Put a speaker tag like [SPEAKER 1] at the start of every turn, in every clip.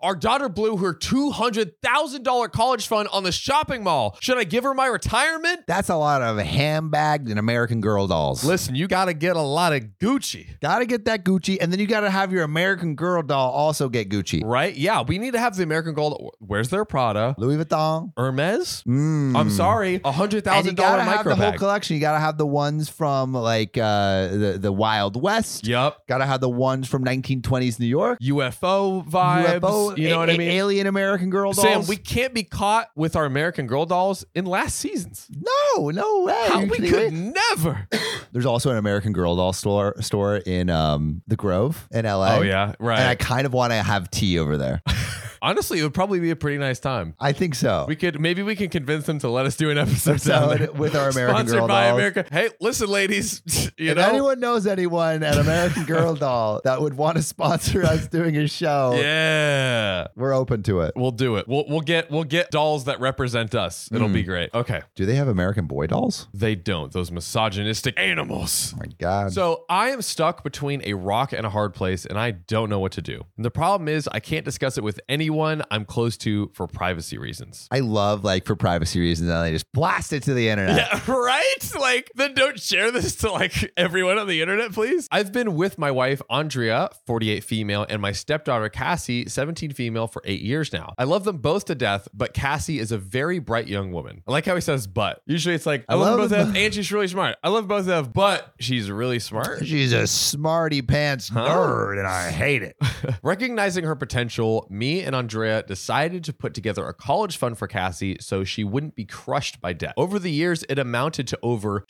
[SPEAKER 1] Our daughter blew her $200,000 college fund on the shopping mall. Should I give her my retirement?
[SPEAKER 2] That's a lot of handbagged and American Girl dolls.
[SPEAKER 1] Listen, you got to get a lot of Gucci,
[SPEAKER 2] Gotta get that Gucci, and then you gotta have your American Girl doll also get Gucci.
[SPEAKER 1] right? Yeah, we need to have the American Gold. Where's their Prada?
[SPEAKER 2] Louis Vuitton.
[SPEAKER 1] Hermes?
[SPEAKER 2] Mm.
[SPEAKER 1] I'm sorry, a hundred
[SPEAKER 2] And you
[SPEAKER 1] thousand
[SPEAKER 2] gotta
[SPEAKER 1] dollar
[SPEAKER 2] have
[SPEAKER 1] micro
[SPEAKER 2] the whole
[SPEAKER 1] bag.
[SPEAKER 2] collection. You gotta have the ones from like uh, the the Wild West.
[SPEAKER 1] Yep,
[SPEAKER 2] Gotta have the ones from 1920s New York.
[SPEAKER 1] UFO vibes.
[SPEAKER 2] UFO,
[SPEAKER 1] you know
[SPEAKER 2] a-
[SPEAKER 1] what I
[SPEAKER 2] a-
[SPEAKER 1] mean?
[SPEAKER 2] Alien American Girl dolls.
[SPEAKER 1] Sam, we can't be caught with our American Girl dolls in last seasons.
[SPEAKER 2] no, no way.
[SPEAKER 1] How
[SPEAKER 2] You
[SPEAKER 1] we
[SPEAKER 2] kidding
[SPEAKER 1] could
[SPEAKER 2] me?
[SPEAKER 1] never.
[SPEAKER 2] There's also an American Girl doll store store in um the Grove in LA.
[SPEAKER 1] Oh yeah,
[SPEAKER 2] And I
[SPEAKER 1] right.
[SPEAKER 2] kind of want to have tea over there.
[SPEAKER 1] Honestly, it would probably be a pretty nice time.
[SPEAKER 2] I think so.
[SPEAKER 1] We could maybe we can convince them to let us do an episode down
[SPEAKER 2] Episode
[SPEAKER 1] there.
[SPEAKER 2] with our American
[SPEAKER 1] Sponsored
[SPEAKER 2] Girl
[SPEAKER 1] by
[SPEAKER 2] dolls.
[SPEAKER 1] America. Hey, listen, ladies, you
[SPEAKER 2] if
[SPEAKER 1] know.
[SPEAKER 2] anyone knows anyone at American Girl Doll that would want to sponsor us doing a show,
[SPEAKER 1] yeah,
[SPEAKER 2] we're open to it.
[SPEAKER 1] we'll do it. We'll we'll get we'll get dolls that represent us. It'll
[SPEAKER 2] Hmm.
[SPEAKER 1] be great. Okay,
[SPEAKER 2] Do they have American Boy dolls?
[SPEAKER 1] they don't. Those misogynistic animals.
[SPEAKER 2] Oh my God.
[SPEAKER 1] So I am stuck between a rock and a hard place, and I don't know what to do. And the problem is, I can't discuss it with anyone I'm close to for privacy reasons.
[SPEAKER 2] I love like for privacy reasons that they just blast it to the internet.
[SPEAKER 1] Yeah, right? Like, then don't share this to like everyone on the internet, please. I've been with my wife, Andrea, 48 female, and my stepdaughter, Cassie, 17 female, for eight years now. I love them both to death, but Cassie is a very bright young woman. I like how he says, but. Usually it's like, I, love, them both to death, and she's really smart. I love both of them, but she's really smart.
[SPEAKER 2] She's a smarty pants nerd, and I hate it.
[SPEAKER 1] Recognizing her potential, me and Andrea decided to put together a college fund for Cassie so she wouldn't be crushed by debt. Over the years, it amounted to over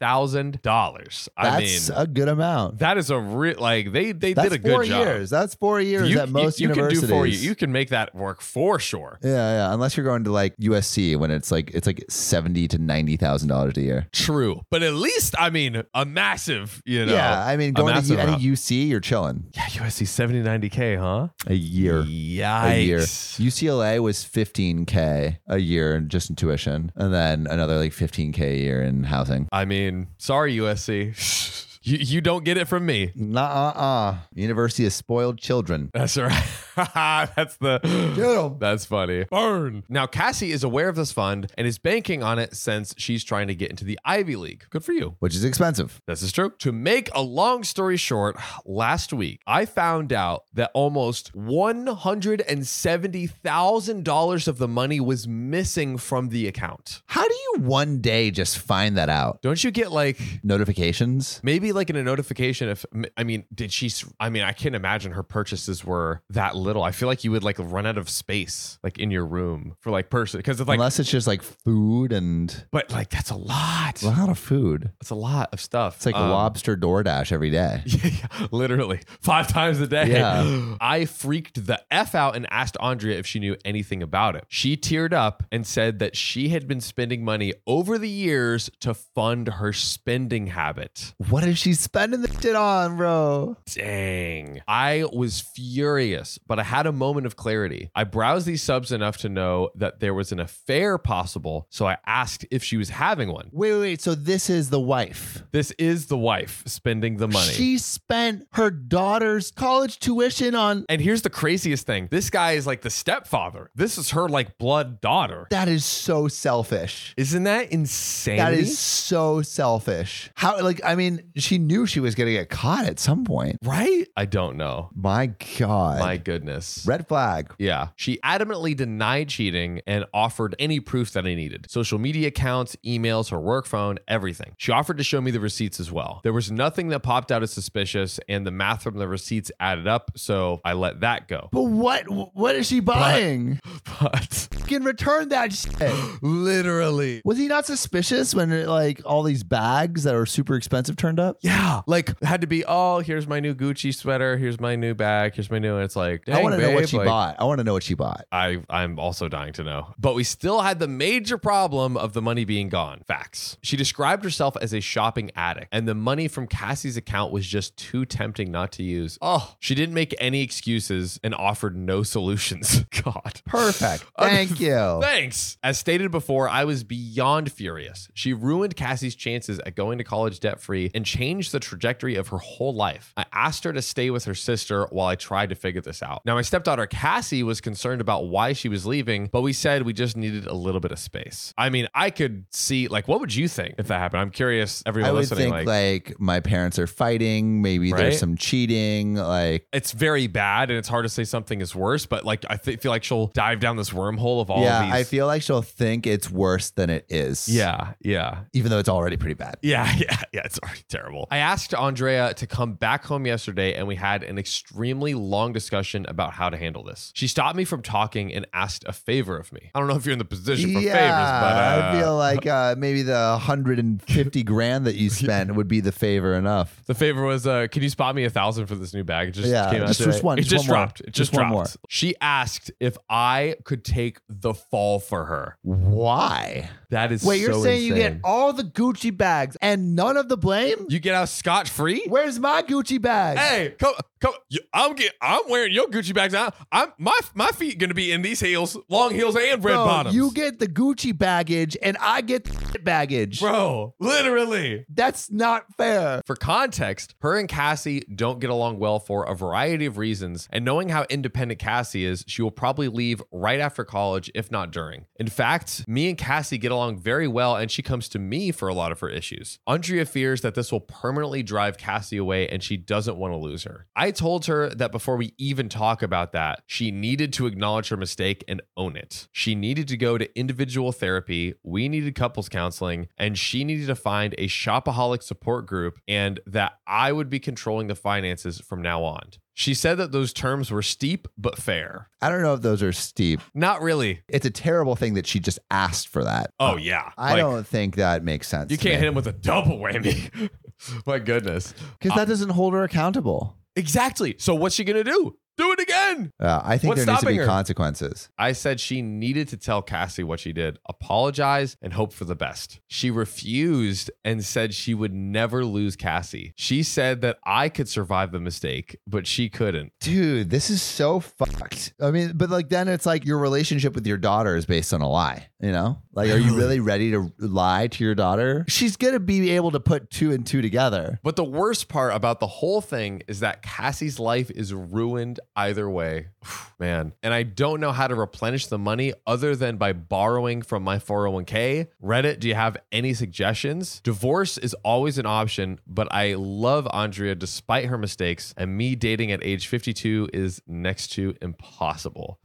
[SPEAKER 1] $200,000. I mean,
[SPEAKER 2] That's a good amount.
[SPEAKER 1] that is a real, like, they, they
[SPEAKER 2] That's
[SPEAKER 1] did a
[SPEAKER 2] four
[SPEAKER 1] good job.
[SPEAKER 2] years. That's four years
[SPEAKER 1] You,
[SPEAKER 2] at most
[SPEAKER 1] you, you can do
[SPEAKER 2] universities.
[SPEAKER 1] for you. You can make that work for sure.
[SPEAKER 2] yeah, yeah. Unless you're going to like USC when it's like it's like seventy to ninety thousand dollars a year.
[SPEAKER 1] True. But at least, I mean, a massive, you know.
[SPEAKER 2] yeah, I mean,
[SPEAKER 1] a
[SPEAKER 2] going to
[SPEAKER 1] massive
[SPEAKER 2] U- any
[SPEAKER 1] amount.
[SPEAKER 2] UC, you're chilling
[SPEAKER 1] Yeah, USC 70, 90K, huh?
[SPEAKER 2] a year.
[SPEAKER 1] Yikes.
[SPEAKER 2] a year. UCLA was 15k a year in just in tuition, and then another like 15k a year in housing.
[SPEAKER 1] I mean, sorry, USC. you, you don't get it from me.
[SPEAKER 2] Nah, uh, uh. University of spoiled children.
[SPEAKER 1] That's right. That's the. That's funny. Burn. Now, Cassie is aware of this fund and is banking on it since she's trying to get into the Ivy League. Good for you.
[SPEAKER 2] Which is expensive.
[SPEAKER 1] This is true. To make a long story short, last week I found out that almost $170,000 of the money was missing from the account.
[SPEAKER 2] How do you one day just find that out?
[SPEAKER 1] Don't you get like
[SPEAKER 2] Notifications?
[SPEAKER 1] Maybe like in a notification. If I mean, did she? s- I mean, I can't imagine her purchases were that little. I feel like you would like run out of space, like in your room for like person, because it's like,
[SPEAKER 2] Unless it's just like food and
[SPEAKER 1] but like that's a lot.
[SPEAKER 2] a lot of food.
[SPEAKER 1] That's a lot of stuff.
[SPEAKER 2] It's like
[SPEAKER 1] Um,
[SPEAKER 2] lobster DoorDash every day.
[SPEAKER 1] Yeah, yeah, literally five times a day.
[SPEAKER 2] Yeah.
[SPEAKER 1] I freaked the F out and asked Andrea if she knew anything about it. She teared up and said that she had been spending money over the years to fund her spending habit.
[SPEAKER 2] What is she spending the shit on, bro?
[SPEAKER 1] Dang. I was furious, but I had a moment of clarity. I browsed these subs enough to know that there was an affair possible, so I asked if she was having one.
[SPEAKER 2] Wait, wait, wait. So this is the wife.
[SPEAKER 1] This is the wife spending the money.
[SPEAKER 2] She spent her daughter's college tuition on
[SPEAKER 1] and here's the craziest thing. This guy is like the stepfather. This is her like blood daughter.
[SPEAKER 2] That is so selfish.
[SPEAKER 1] Isn't that insane?
[SPEAKER 2] That is so selfish. How, like, I mean, she knew she was going to get caught at some point.
[SPEAKER 1] right? I don't know.
[SPEAKER 2] My God.
[SPEAKER 1] My goodness.
[SPEAKER 2] Red flag.
[SPEAKER 1] Yeah. She adamantly denied cheating and offered any proof that I needed social media accounts, emails, her work phone, everything. She offered to show me the receipts as well. There was nothing that popped out as suspicious, and the math from the receipts added up, so I let that go.
[SPEAKER 2] But what, what is she buying?
[SPEAKER 1] But
[SPEAKER 2] Fucking return that shit.
[SPEAKER 1] literally.
[SPEAKER 2] Was he not suspicious when, like, all these bags that are super expensive turned up?
[SPEAKER 1] Yeah, like it had to be. Oh, here's my new Gucci sweater. Here's my new bag. Here's my new. And it's like,
[SPEAKER 2] I
[SPEAKER 1] dang,
[SPEAKER 2] want to know what
[SPEAKER 1] babe,
[SPEAKER 2] she
[SPEAKER 1] like,
[SPEAKER 2] bought. I want to know what she bought.
[SPEAKER 1] I, I'm also dying to know. But we still had the major problem of the money being gone. Facts. She described herself as a shopping addict, and the money from Cassie's account was just too tempting not to use. Oh, she didn't make any excuses and offered no solutions. God.
[SPEAKER 2] Perfect.
[SPEAKER 1] Other
[SPEAKER 2] Thank Thank you.
[SPEAKER 1] Thanks. As stated before, I was beyond furious. She ruined Cassie's chances at going to college debt free and changed the trajectory of her whole life. I asked her to stay with her sister while I tried to figure this out. Now, my stepdaughter Cassie was concerned about why she was leaving, but we said we just needed a little bit of space. I mean, I could see, like, what would you think if that happened? I'm curious, everyone
[SPEAKER 2] I would
[SPEAKER 1] listening.
[SPEAKER 2] think like,
[SPEAKER 1] like,
[SPEAKER 2] my parents are fighting. Maybe
[SPEAKER 1] Right?
[SPEAKER 2] there's some cheating. Like
[SPEAKER 1] it's very bad and it's hard to say something is worse, but like, I th- feel like she'll dive down this wormhole of all
[SPEAKER 2] yeah,
[SPEAKER 1] these.
[SPEAKER 2] I feel like she'll think it's worse than it is.
[SPEAKER 1] Yeah, yeah.
[SPEAKER 2] even though it's already pretty bad.
[SPEAKER 1] Yeah, yeah, yeah. It's already terrible. I asked Andrea to come back home yesterday, and we had an extremely long discussion about how to handle this. She stopped me from talking and asked a favor of me. I don't know if you're in the position for
[SPEAKER 2] I
[SPEAKER 1] favors, but uh,
[SPEAKER 2] feel like uh, maybe the 150 grand that you spent would be the favor enough.
[SPEAKER 1] the favor was, uh, can you spot me a thousand for this new bag? It just
[SPEAKER 2] Yeah,
[SPEAKER 1] came out.
[SPEAKER 2] just-
[SPEAKER 1] today.
[SPEAKER 2] just one,
[SPEAKER 1] It
[SPEAKER 2] just
[SPEAKER 1] just
[SPEAKER 2] one more.
[SPEAKER 1] dropped. It just,
[SPEAKER 2] Just one
[SPEAKER 1] dropped.
[SPEAKER 2] more.
[SPEAKER 1] She asked if I could take the fall for her.
[SPEAKER 2] Why?
[SPEAKER 1] That is
[SPEAKER 2] Wait, you're
[SPEAKER 1] so
[SPEAKER 2] saying you get
[SPEAKER 1] insane.
[SPEAKER 2] all the Gucci bags and none of the blame?
[SPEAKER 1] you get out scot free?
[SPEAKER 2] Where's my Gucci bag?
[SPEAKER 1] Hey, come, come! you- I'm get, I'm wearing your Gucci bags. I, I'm my my feet gonna be in these heels, long heels and red
[SPEAKER 2] Bro,
[SPEAKER 1] bottoms.
[SPEAKER 2] You get the Gucci baggage and I get the baggage.
[SPEAKER 1] bro, literally.
[SPEAKER 2] That's not fair.
[SPEAKER 1] For context, her and Cassie don't get along well for a variety of reasons, and knowing how independent Cassie is, she will probably leave right after college, if not during. In fact, me and Cassie get along very well, and she comes to me for a lot of her issues. Andrea fears that this will permanently drive Cassie away, and she doesn't want to lose her. I told her that before we even talk about that, she needed to acknowledge her mistake and own it. She needed to go to individual therapy, we needed couples counseling, and she needed to find a shopaholic support group and that I would be controlling the finances from now on. She said that those terms were steep but fair.
[SPEAKER 2] I don't know if those are steep.
[SPEAKER 1] Not really.
[SPEAKER 2] It's a terrible thing that she just asked for that.
[SPEAKER 1] Oh yeah.
[SPEAKER 2] I
[SPEAKER 1] Like,
[SPEAKER 2] don't think that makes sense.
[SPEAKER 1] you can't hit him with a double whammy. My goodness.
[SPEAKER 2] because that doesn't hold her accountable.
[SPEAKER 1] Exactly. So what's she gonna do? Do it again.
[SPEAKER 2] Uh, I think
[SPEAKER 1] What's
[SPEAKER 2] there needs to be
[SPEAKER 1] stopping her?
[SPEAKER 2] consequences.
[SPEAKER 1] I said she needed to tell Cassie what she did, apologize, and hope for the best. She refused and said she would never lose Cassie. She said that I could survive the mistake, but she couldn't.
[SPEAKER 2] Dude, this is so fucked. I mean, but like then it's like your relationship with your daughter is based on a lie, you know? Like, are you really ready to lie to your daughter? She's gonna be able to put two and two together.
[SPEAKER 1] But the worst part about the whole thing is that Cassie's life is ruined either way. Man, and I don't know how to replenish the money other than by borrowing from my 401k. Reddit, do you have any suggestions? Divorce is always an option, but I love Andrea despite her mistakes, and me dating at age 52 is next to impossible.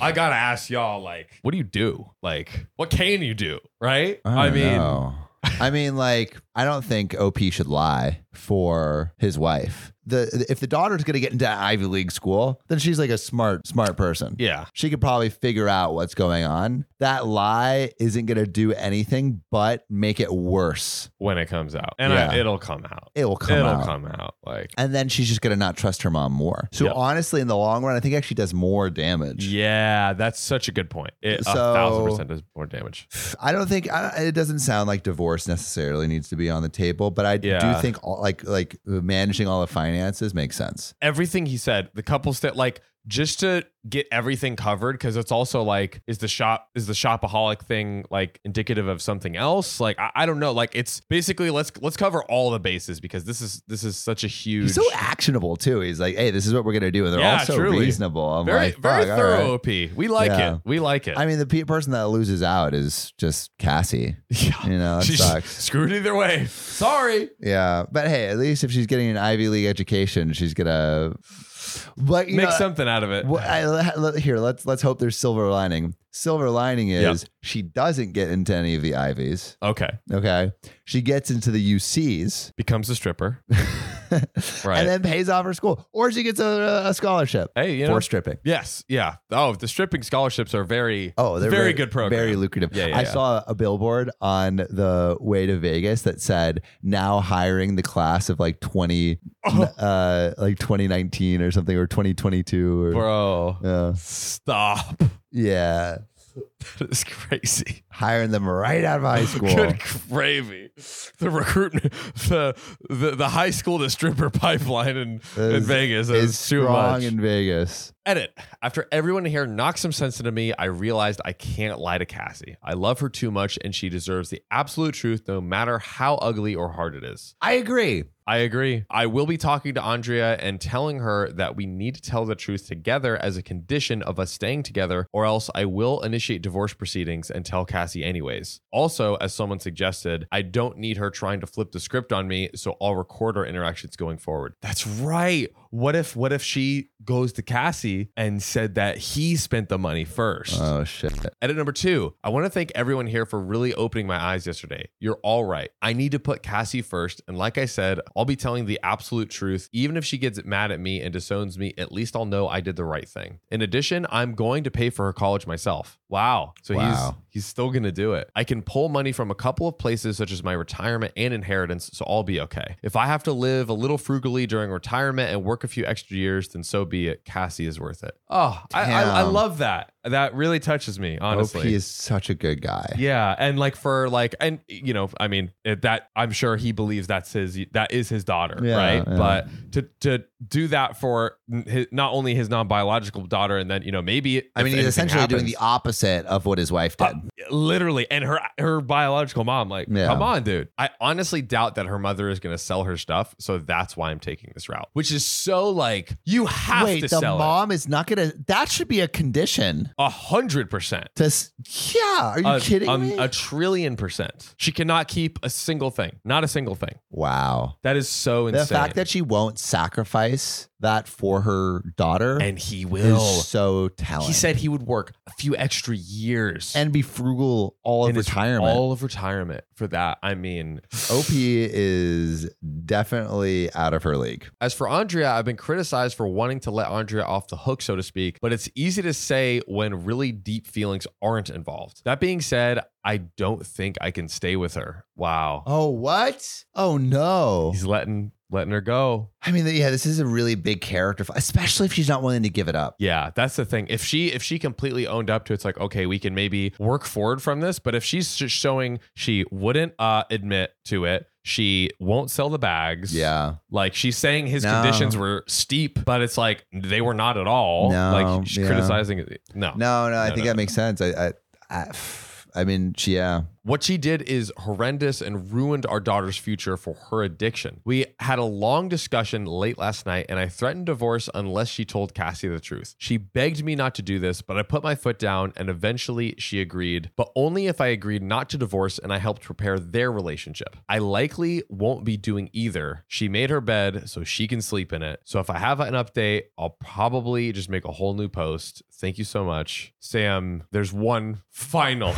[SPEAKER 1] I gotta ask y'all, like, what do you do? Like, what can you do? Right?
[SPEAKER 2] don't know. I mean, like, I don't think OP should lie for his wife. The if the daughter's gonna get into Ivy League school, then she's like a smart, smart person.
[SPEAKER 1] yeah.
[SPEAKER 2] she could probably figure out what's going on. That lie isn't going to do anything but make it worse.
[SPEAKER 1] When it comes out, and
[SPEAKER 2] Yeah.
[SPEAKER 1] I, it'll come out.
[SPEAKER 2] It will come
[SPEAKER 1] it'll
[SPEAKER 2] out.
[SPEAKER 1] come out like
[SPEAKER 2] And then she's just going to not trust her mom more. So
[SPEAKER 1] Yep.
[SPEAKER 2] honestly, in the long run, I think it actually does more damage.
[SPEAKER 1] yeah that's such a good point it a
[SPEAKER 2] So-
[SPEAKER 1] thousand percent does more damage
[SPEAKER 2] I don't think I, it doesn't sound like divorce necessarily needs to be on the table, but I
[SPEAKER 1] Yeah.
[SPEAKER 2] do think all, like like managing all the finances makes sense.
[SPEAKER 1] everything he said the couples that like just to get everything covered because it's also like is the shop is the shopaholic thing like indicative of something else like I, I don't know like it's basically let's let's cover all the bases because this is this is such a huge
[SPEAKER 2] He's so actionable too. He's like, "Hey, this is what we're going to do," and they're
[SPEAKER 1] Yeah,
[SPEAKER 2] all so
[SPEAKER 1] truly.
[SPEAKER 2] reasonable. I'm
[SPEAKER 1] very
[SPEAKER 2] like,
[SPEAKER 1] very
[SPEAKER 2] "Fuck, all right."
[SPEAKER 1] thorough op we like
[SPEAKER 2] Yeah.
[SPEAKER 1] it we like it
[SPEAKER 2] I mean, the pe- person that loses out is just Cassie.
[SPEAKER 1] yeah.
[SPEAKER 2] You know, it
[SPEAKER 1] she's
[SPEAKER 2] sucks.
[SPEAKER 1] screwed either way sorry
[SPEAKER 2] Yeah, but hey, at least if she's getting an Ivy League education, she's gonna. But you
[SPEAKER 1] make
[SPEAKER 2] know,
[SPEAKER 1] something out of it
[SPEAKER 2] wh- I- let- here, let's let's hope there's silver lining. Silver lining
[SPEAKER 1] Yeah.
[SPEAKER 2] is she doesn't get into any of the Ivies.
[SPEAKER 1] okay
[SPEAKER 2] Okay, she gets into the UCs,
[SPEAKER 1] becomes a stripper Right.
[SPEAKER 2] and then pays off her school, or she gets a, a scholarship
[SPEAKER 1] hey you know
[SPEAKER 2] for stripping.
[SPEAKER 1] Yes. Yeah. Oh, the stripping scholarships are very.
[SPEAKER 2] Oh, they're
[SPEAKER 1] very, good program.
[SPEAKER 2] Very lucrative.
[SPEAKER 1] Yeah, yeah,
[SPEAKER 2] I
[SPEAKER 1] yeah.
[SPEAKER 2] saw a billboard on the way to Vegas that said now hiring the class of like 20
[SPEAKER 1] Oh.
[SPEAKER 2] uh like 2019 or something or 2022 or
[SPEAKER 1] bro.
[SPEAKER 2] yeah.
[SPEAKER 1] Stop.
[SPEAKER 2] Yeah.
[SPEAKER 1] That is crazy.
[SPEAKER 2] hiring them right out of high school.
[SPEAKER 1] Good gravy. The recruitment, the, the the high school to stripper pipeline in, in
[SPEAKER 2] Is-
[SPEAKER 1] Vegas
[SPEAKER 2] is
[SPEAKER 1] is too
[SPEAKER 2] strong
[SPEAKER 1] much.
[SPEAKER 2] in Vegas.
[SPEAKER 1] Edit. After everyone here knocked some sense into me, I realized I can't lie to Cassie. I love her too much, and she deserves the absolute truth, no matter how ugly or hard it is.
[SPEAKER 2] I agree.
[SPEAKER 1] I agree. I will be talking to Andrea and telling her that we need to tell the truth together as a condition of us staying together, or else I will initiate divorce proceedings and tell Cassie anyways. Also, as someone suggested, I don't need her trying to flip the script on me, so I'll record our interactions going forward. That's right. What if what if she goes to Cassie and said that he spent the money first?
[SPEAKER 2] Oh shit.
[SPEAKER 1] Edit number two. I want to thank everyone here for really opening my eyes yesterday. You're all right. I need to put Cassie first. And like I said, I'll be telling the absolute truth. Even if she gets mad at me and disowns me, at least I'll know I did the right thing. In addition, I'm going to pay for her college myself. Wow. So he's
[SPEAKER 2] Wow.
[SPEAKER 1] he's still gonna do it. I can pull money from a couple of places such as my retirement and inheritance, so I'll be okay. If I have to live a little frugally during retirement and work a few extra years, then so be it. Cassie is worth it. Oh, I, I, I
[SPEAKER 2] Damn.
[SPEAKER 1] love that. That really touches me, honestly.
[SPEAKER 2] OP is such a good guy.
[SPEAKER 1] Yeah, and like for like, and you know, I mean, it, that I'm sure he believes that's his, that is his daughter,
[SPEAKER 2] Yeah,
[SPEAKER 1] right?
[SPEAKER 2] yeah.
[SPEAKER 1] But to to do that for n- his, not only his non biological daughter, and then you know maybe
[SPEAKER 2] I mean, he's essentially doing the opposite of what his wife did.
[SPEAKER 1] the literally, and her her biological mom, like,
[SPEAKER 2] Yeah.
[SPEAKER 1] come on, dude. I honestly doubt that her mother is going to sell her stuff, so that's why I'm taking this route, which is so like you have
[SPEAKER 2] Wait,
[SPEAKER 1] to
[SPEAKER 2] the
[SPEAKER 1] sell it
[SPEAKER 2] mom is not gonna. That should be a condition.
[SPEAKER 1] a hundred percent.
[SPEAKER 2] To s- yeah, are you
[SPEAKER 1] A-
[SPEAKER 2] kidding
[SPEAKER 1] um,
[SPEAKER 2] me?
[SPEAKER 1] a trillion percent. She cannot keep a single thing. Not a single thing.
[SPEAKER 2] wow.
[SPEAKER 1] That is so insane.
[SPEAKER 2] The fact that she won't sacrifice that for her daughter
[SPEAKER 1] and he will.
[SPEAKER 2] is so talented.
[SPEAKER 1] He said he would work a few extra years
[SPEAKER 2] and be frugal all
[SPEAKER 1] in
[SPEAKER 2] of
[SPEAKER 1] his-
[SPEAKER 2] retirement.
[SPEAKER 1] All of retirement for that. I mean,
[SPEAKER 2] OP is definitely out of her league.
[SPEAKER 1] As for Andrea, I've been criticized for wanting to let Andrea off the hook, so to speak, but it's easy to say when really deep feelings aren't involved. That being said, I don't think I can stay with her. Wow.
[SPEAKER 2] Oh what? Oh no.
[SPEAKER 1] He's letting letting her go.
[SPEAKER 2] I mean, yeah, this is a really big character, f- especially if she's not willing to give it up.
[SPEAKER 1] Yeah, that's the thing. If she if she completely owned up to it, it's like okay, we can maybe work forward from this, but if she's just showing she wouldn't uh admit to it, she won't sell the bags.
[SPEAKER 2] Yeah.
[SPEAKER 1] Like she's saying his
[SPEAKER 2] No.
[SPEAKER 1] conditions were steep, but it's like they were not at all.
[SPEAKER 2] No,
[SPEAKER 1] like she's
[SPEAKER 2] yeah.
[SPEAKER 1] criticizing it. No.
[SPEAKER 2] No, no, I
[SPEAKER 1] No,
[SPEAKER 2] think
[SPEAKER 1] no,
[SPEAKER 2] that makes sense. I, I, I, pff, I mean, she, yeah,
[SPEAKER 1] What she did is horrendous and ruined our daughter's future for her addiction. We had a long discussion late last night, and I threatened divorce unless she told Cassie the truth. She begged me not to do this, but I put my foot down, and eventually she agreed, but only if I agreed not to divorce and I helped prepare their relationship. I likely won't be doing either. She made her bed so she can sleep in it. So if I have an update, I'll probably just make a whole new post. Thank you so much. Sam, there's one final.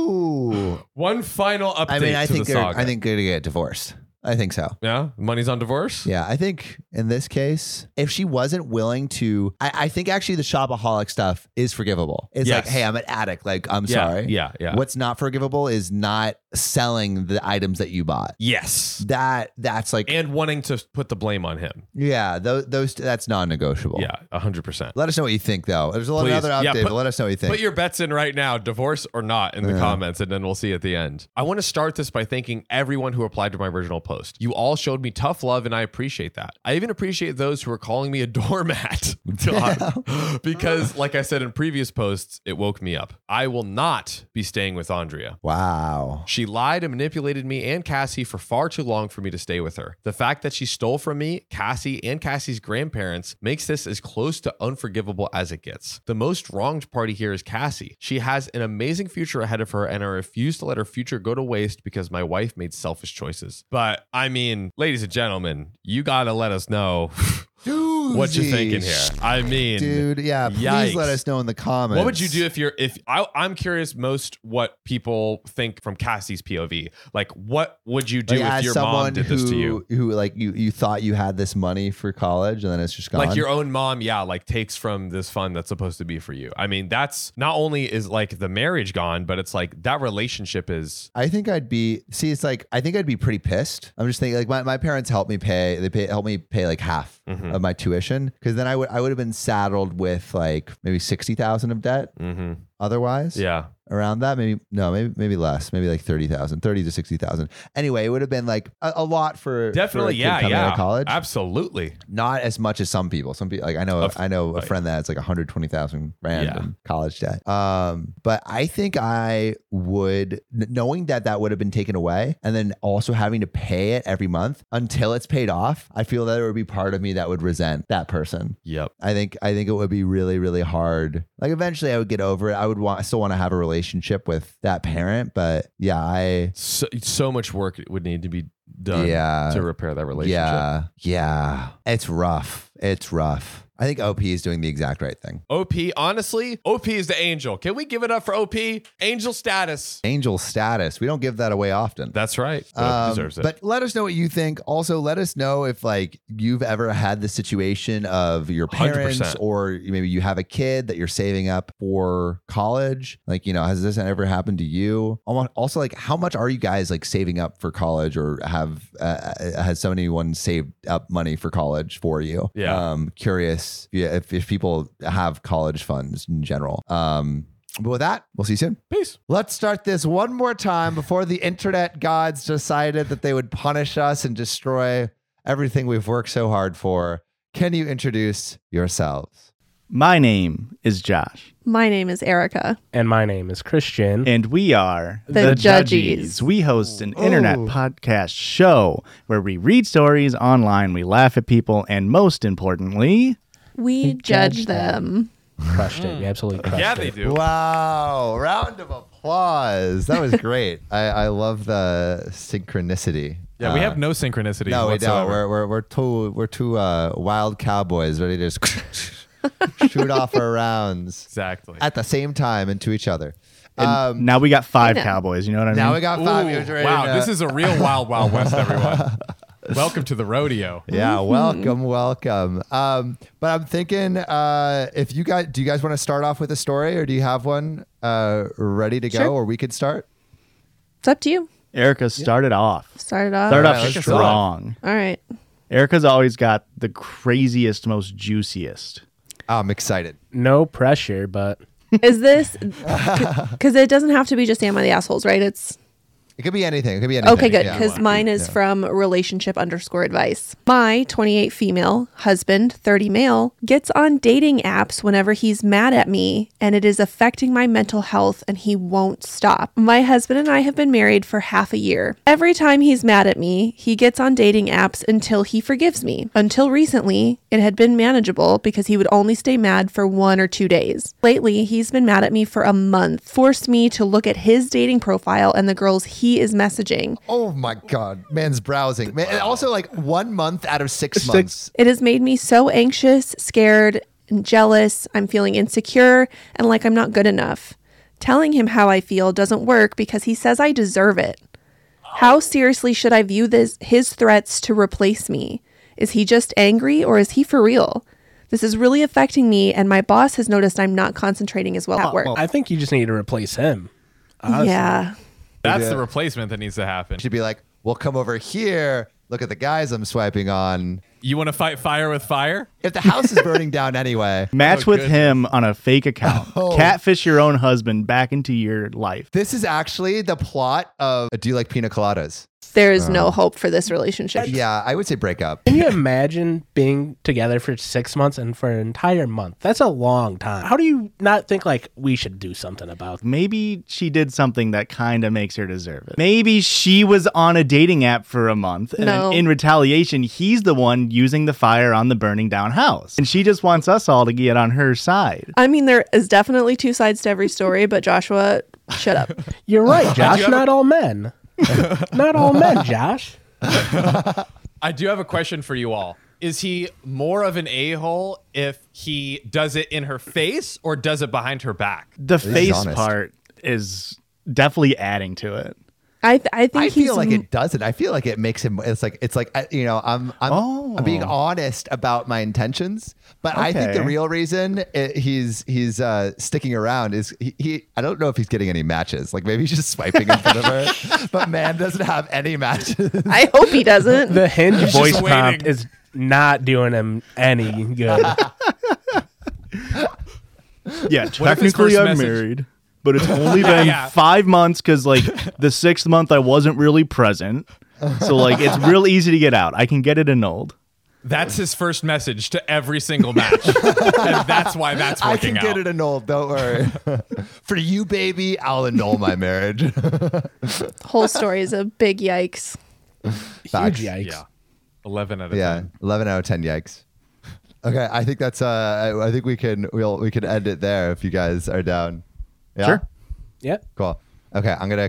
[SPEAKER 2] Ooh.
[SPEAKER 1] One final update
[SPEAKER 2] I mean, I
[SPEAKER 1] to
[SPEAKER 2] think
[SPEAKER 1] the
[SPEAKER 2] they're,
[SPEAKER 1] saga.
[SPEAKER 2] I think they're gonna get divorced. I think so.
[SPEAKER 1] yeah, money's on divorce.
[SPEAKER 2] Yeah, I think in this case, if she wasn't willing to, I, I think actually the shopaholic stuff is forgivable. It's
[SPEAKER 1] Yes.
[SPEAKER 2] like, hey, I'm an addict. Like, I'm
[SPEAKER 1] yeah,
[SPEAKER 2] sorry.
[SPEAKER 1] Yeah, yeah.
[SPEAKER 2] What's not forgivable is not selling the items that you bought.
[SPEAKER 1] Yes,
[SPEAKER 2] That that's like,
[SPEAKER 1] and wanting to put the blame on him.
[SPEAKER 2] yeah, those, those that's non-negotiable.
[SPEAKER 1] Yeah, Yeah, hundred percent.
[SPEAKER 2] Let us know what you think, though. There's a lot
[SPEAKER 1] Please.
[SPEAKER 2] of other updates,
[SPEAKER 1] Yeah, put-
[SPEAKER 2] but let us know what you think.
[SPEAKER 1] Put your bets in right now, divorce or not, in the
[SPEAKER 2] Yeah.
[SPEAKER 1] comments, and then we'll see at the end. I want to start this by thanking everyone who replied to my original post. You all showed me tough love, and I appreciate that. I even appreciate those who are calling me a doormat. God. because, like I said in previous posts, it woke me up. I will not be staying with Andrea.
[SPEAKER 2] wow.
[SPEAKER 1] She lied and manipulated me and Cassie for far too long for me to stay with her. The fact that she stole from me, Cassie, and Cassie's grandparents makes this as close to unforgivable as it gets. The most wronged party here is Cassie. She has an amazing future ahead of her, and I refuse to let her future go to waste because my wife made selfish choices. But I mean, ladies and gentlemen, you gotta let us know what you're thinking here. I mean,
[SPEAKER 2] dude? Yeah, please
[SPEAKER 1] Yikes.
[SPEAKER 2] let us know in the comments.
[SPEAKER 1] what would you do if you're if I, I'm curious most what people think from Cassie's POV? Like, what would you do
[SPEAKER 2] Like,
[SPEAKER 1] if
[SPEAKER 2] as
[SPEAKER 1] your
[SPEAKER 2] someone
[SPEAKER 1] mom did
[SPEAKER 2] who,
[SPEAKER 1] this to you?
[SPEAKER 2] who like you, you thought you had this money for college and then it's just gone.
[SPEAKER 1] Like your own mom, yeah, like takes from this fund that's supposed to be for you. I mean, that's not only is like the marriage gone, but it's like that relationship is
[SPEAKER 2] I think I'd be see. It's like I think I'd be pretty pissed. I'm just thinking like my, my parents helped me pay. They pay helped me pay like half
[SPEAKER 1] Mhm.
[SPEAKER 2] of my tuition because then I would I would have been saddled with like maybe sixty thousand of debt.
[SPEAKER 1] Mhm.
[SPEAKER 2] otherwise.
[SPEAKER 1] Yeah.
[SPEAKER 2] around that. Maybe no, maybe maybe less. Maybe like 30,000, 30 to sixty thousand. Anyway, it would have been like a, a lot for for a
[SPEAKER 1] Definitely.
[SPEAKER 2] kid
[SPEAKER 1] Yeah.
[SPEAKER 2] coming
[SPEAKER 1] Yeah.
[SPEAKER 2] out of college.
[SPEAKER 1] Absolutely.
[SPEAKER 2] Not as much as some people. Some people like I know
[SPEAKER 1] A
[SPEAKER 2] a,
[SPEAKER 1] f-
[SPEAKER 2] I know a
[SPEAKER 1] right.
[SPEAKER 2] friend that has like one hundred twenty thousand rand
[SPEAKER 1] Yeah.
[SPEAKER 2] in college debt. Um, but I think I would kn- knowing that that would have been taken away, and then also having to pay it every month until it's paid off. I feel that there would be part of me that would resent that person.
[SPEAKER 1] Yep.
[SPEAKER 2] I think I think it would be really really hard. Like eventually I would get over it. I would want I still want to have a relationship with that parent, but yeah, I
[SPEAKER 1] So, so much work would need to be done
[SPEAKER 2] yeah
[SPEAKER 1] to repair that relationship.
[SPEAKER 2] yeah yeah. It's rough. It's rough. I think OP is doing the exact right thing.
[SPEAKER 1] OP, honestly, OP is the angel. Can we give it up for OP? Angel status.
[SPEAKER 2] Angel status. We don't give that away often.
[SPEAKER 1] That's right.
[SPEAKER 2] Um,
[SPEAKER 1] deserves it.
[SPEAKER 2] But let us know what you think. Also, let us know if like you've ever had the situation of your parents
[SPEAKER 1] 100%.
[SPEAKER 2] or maybe you have a kid that you're saving up for college. Like, you know, has this ever happened to you? Almo- Also, like, how much are you guys like saving up for college, or have uh, has anyone saved up money for college for you?
[SPEAKER 1] Yeah.
[SPEAKER 2] um, curious. Yeah, if, if people have college funds in general. Um, but with that, we'll see you soon.
[SPEAKER 1] Peace.
[SPEAKER 2] Let's start this one more time before the internet gods decided that they would punish us and destroy everything we've worked so hard for. Can you introduce yourselves?
[SPEAKER 3] My name is Josh,
[SPEAKER 4] My name is Erica.
[SPEAKER 5] And my name is Christian.
[SPEAKER 3] and we are
[SPEAKER 4] The Judgies.
[SPEAKER 3] We host an internet
[SPEAKER 5] Ooh.
[SPEAKER 3] podcast show where we read stories online, we laugh at people, and most importantly,
[SPEAKER 4] We,
[SPEAKER 5] We
[SPEAKER 4] judge,
[SPEAKER 5] judge
[SPEAKER 4] them.
[SPEAKER 5] crushed it. We absolutely crushed
[SPEAKER 1] Yeah,
[SPEAKER 5] it.
[SPEAKER 1] they do.
[SPEAKER 2] Wow. Round of applause. That was great. I, I love the synchronicity.
[SPEAKER 6] Yeah, we
[SPEAKER 2] Uh,
[SPEAKER 6] have no synchronicity.
[SPEAKER 2] No, we
[SPEAKER 6] whatsoever.
[SPEAKER 2] don't. We're, we're, we're two, we're two uh, wild cowboys ready to just shoot off our rounds
[SPEAKER 6] exactly.
[SPEAKER 2] at the same time into each other.
[SPEAKER 3] and
[SPEAKER 2] Um,
[SPEAKER 3] now we got five
[SPEAKER 4] I know.
[SPEAKER 3] cowboys. You know what I mean?
[SPEAKER 2] now we got five. uh,
[SPEAKER 6] Ooh,
[SPEAKER 2] He was ready
[SPEAKER 6] wow,
[SPEAKER 2] to-
[SPEAKER 6] this is a real wild, wild west, everyone. Welcome to the rodeo.
[SPEAKER 2] Yeah,
[SPEAKER 4] Mm-hmm.
[SPEAKER 2] welcome, welcome. Um, but I'm thinking, uh, if you guys, do you guys want to start off with a story, or do you have one uh, ready to go,
[SPEAKER 4] Sure.
[SPEAKER 2] or we could start?
[SPEAKER 4] It's up to you.
[SPEAKER 3] Erica started off.
[SPEAKER 4] Started off.
[SPEAKER 3] Started
[SPEAKER 2] All right,
[SPEAKER 3] off
[SPEAKER 2] let's kick us
[SPEAKER 3] strong.
[SPEAKER 4] All right.
[SPEAKER 3] Erica's always got the craziest, most juiciest.
[SPEAKER 2] Ah, I'm excited.
[SPEAKER 5] No pressure, but
[SPEAKER 4] Is this because it doesn't have to be just Am I the Assholes, right? It's
[SPEAKER 2] It could be anything. It could be anything.
[SPEAKER 4] okay, good.
[SPEAKER 2] Yeah.
[SPEAKER 4] Because mine is from relationship underscore advice. My 28 female husband, 30 male, gets on dating apps whenever he's mad at me and it is affecting my mental health and he won't stop. My husband and I have been married for half a year. Every time he's mad at me, he gets on dating apps until he forgives me. Until recently, it had been manageable because he would only stay mad for one or two days. Lately, he's been mad at me for a month, forced me to look at his dating profile and the girls he is messaging.
[SPEAKER 2] Oh my God, man's browsing. Man, and also like one month out of six, months.
[SPEAKER 4] It has made me so anxious, scared, and jealous. I'm feeling insecure and like I'm not good enough. Telling him how I feel doesn't work because he says I deserve it. How seriously should I view this his threats to replace me? Is he just angry or is he for real? This is really affecting me and my boss has noticed I'm not concentrating as well at work.
[SPEAKER 5] I think you just need to replace him.
[SPEAKER 4] yeah.
[SPEAKER 6] That's the replacement that needs to happen.
[SPEAKER 2] Should be like, well, come over here. Look at the guys I'm swiping on.
[SPEAKER 6] You want to fight fire with fire?
[SPEAKER 2] If the house is burning down anyway,
[SPEAKER 3] Match with him on a fake account.
[SPEAKER 2] Oh.
[SPEAKER 3] Catfish your own husband back into your life.
[SPEAKER 2] this is actually the plot of uh, Do you like pina coladas?
[SPEAKER 4] There is no hope for this relationship.
[SPEAKER 2] Um, Yeah, I would say break up.
[SPEAKER 5] Can you imagine being together for six months and for an entire month? That's a long time. How do you not think like we should do something about?
[SPEAKER 3] Maybe she did something that kind of makes her deserve it. Maybe she was on a dating app for a month, and
[SPEAKER 4] No.
[SPEAKER 3] then in retaliation, he's the one using the fire on the burning down house. And she just wants us all to get on her side.
[SPEAKER 4] I mean there is definitely two sides to every story, but Joshua, shut up.
[SPEAKER 5] You're right, Josh. Not all men. not all men, Josh.
[SPEAKER 6] I do have a question for you all. Is he more of an a hole if he does it in her face or does it behind her back?
[SPEAKER 3] The face
[SPEAKER 2] honest.
[SPEAKER 3] part is definitely adding to it.
[SPEAKER 4] I th- I think
[SPEAKER 2] I
[SPEAKER 4] he's
[SPEAKER 2] feel like
[SPEAKER 4] m-
[SPEAKER 2] it doesn't. I feel like it makes him. It's like it's like I- you know. I'm I'm, I'm being
[SPEAKER 3] Oh.
[SPEAKER 2] honest about my intentions, but I think the
[SPEAKER 3] Okay.
[SPEAKER 2] real reason it, he's he's uh, sticking around is he, he. I don't know if he's getting any matches. Like maybe he's just swiping in front of her, but man doesn't have any matches.
[SPEAKER 4] I hope he doesn't.
[SPEAKER 5] The hinge voice
[SPEAKER 6] just
[SPEAKER 5] prompt
[SPEAKER 6] waiting.
[SPEAKER 5] is not doing him any good.
[SPEAKER 3] Yeah,
[SPEAKER 6] What if his
[SPEAKER 3] technically
[SPEAKER 6] first
[SPEAKER 3] I'm
[SPEAKER 6] message-
[SPEAKER 3] married, but it's only been
[SPEAKER 6] yeah.
[SPEAKER 3] five months because like the sixth month I wasn't really present. So like it's real easy to get out. I can get it annulled.
[SPEAKER 6] That's his first message to every single match. and that's why that's
[SPEAKER 2] I
[SPEAKER 6] working
[SPEAKER 2] can
[SPEAKER 6] out.
[SPEAKER 2] get it annulled. Don't worry. For you, baby, I'll annul my marriage.
[SPEAKER 4] Whole story is a big yikes.
[SPEAKER 2] Facts.
[SPEAKER 5] Huge yikes.
[SPEAKER 6] Yeah. 11 out of
[SPEAKER 2] yeah,
[SPEAKER 6] 10.
[SPEAKER 2] eleven out of ten. Yikes. Okay, I think that's. Uh, I, I think we can. We'll we can end it there if you guys are down. Yeah?
[SPEAKER 3] Sure.
[SPEAKER 5] Yeah.
[SPEAKER 2] Cool. Okay, I'm gonna.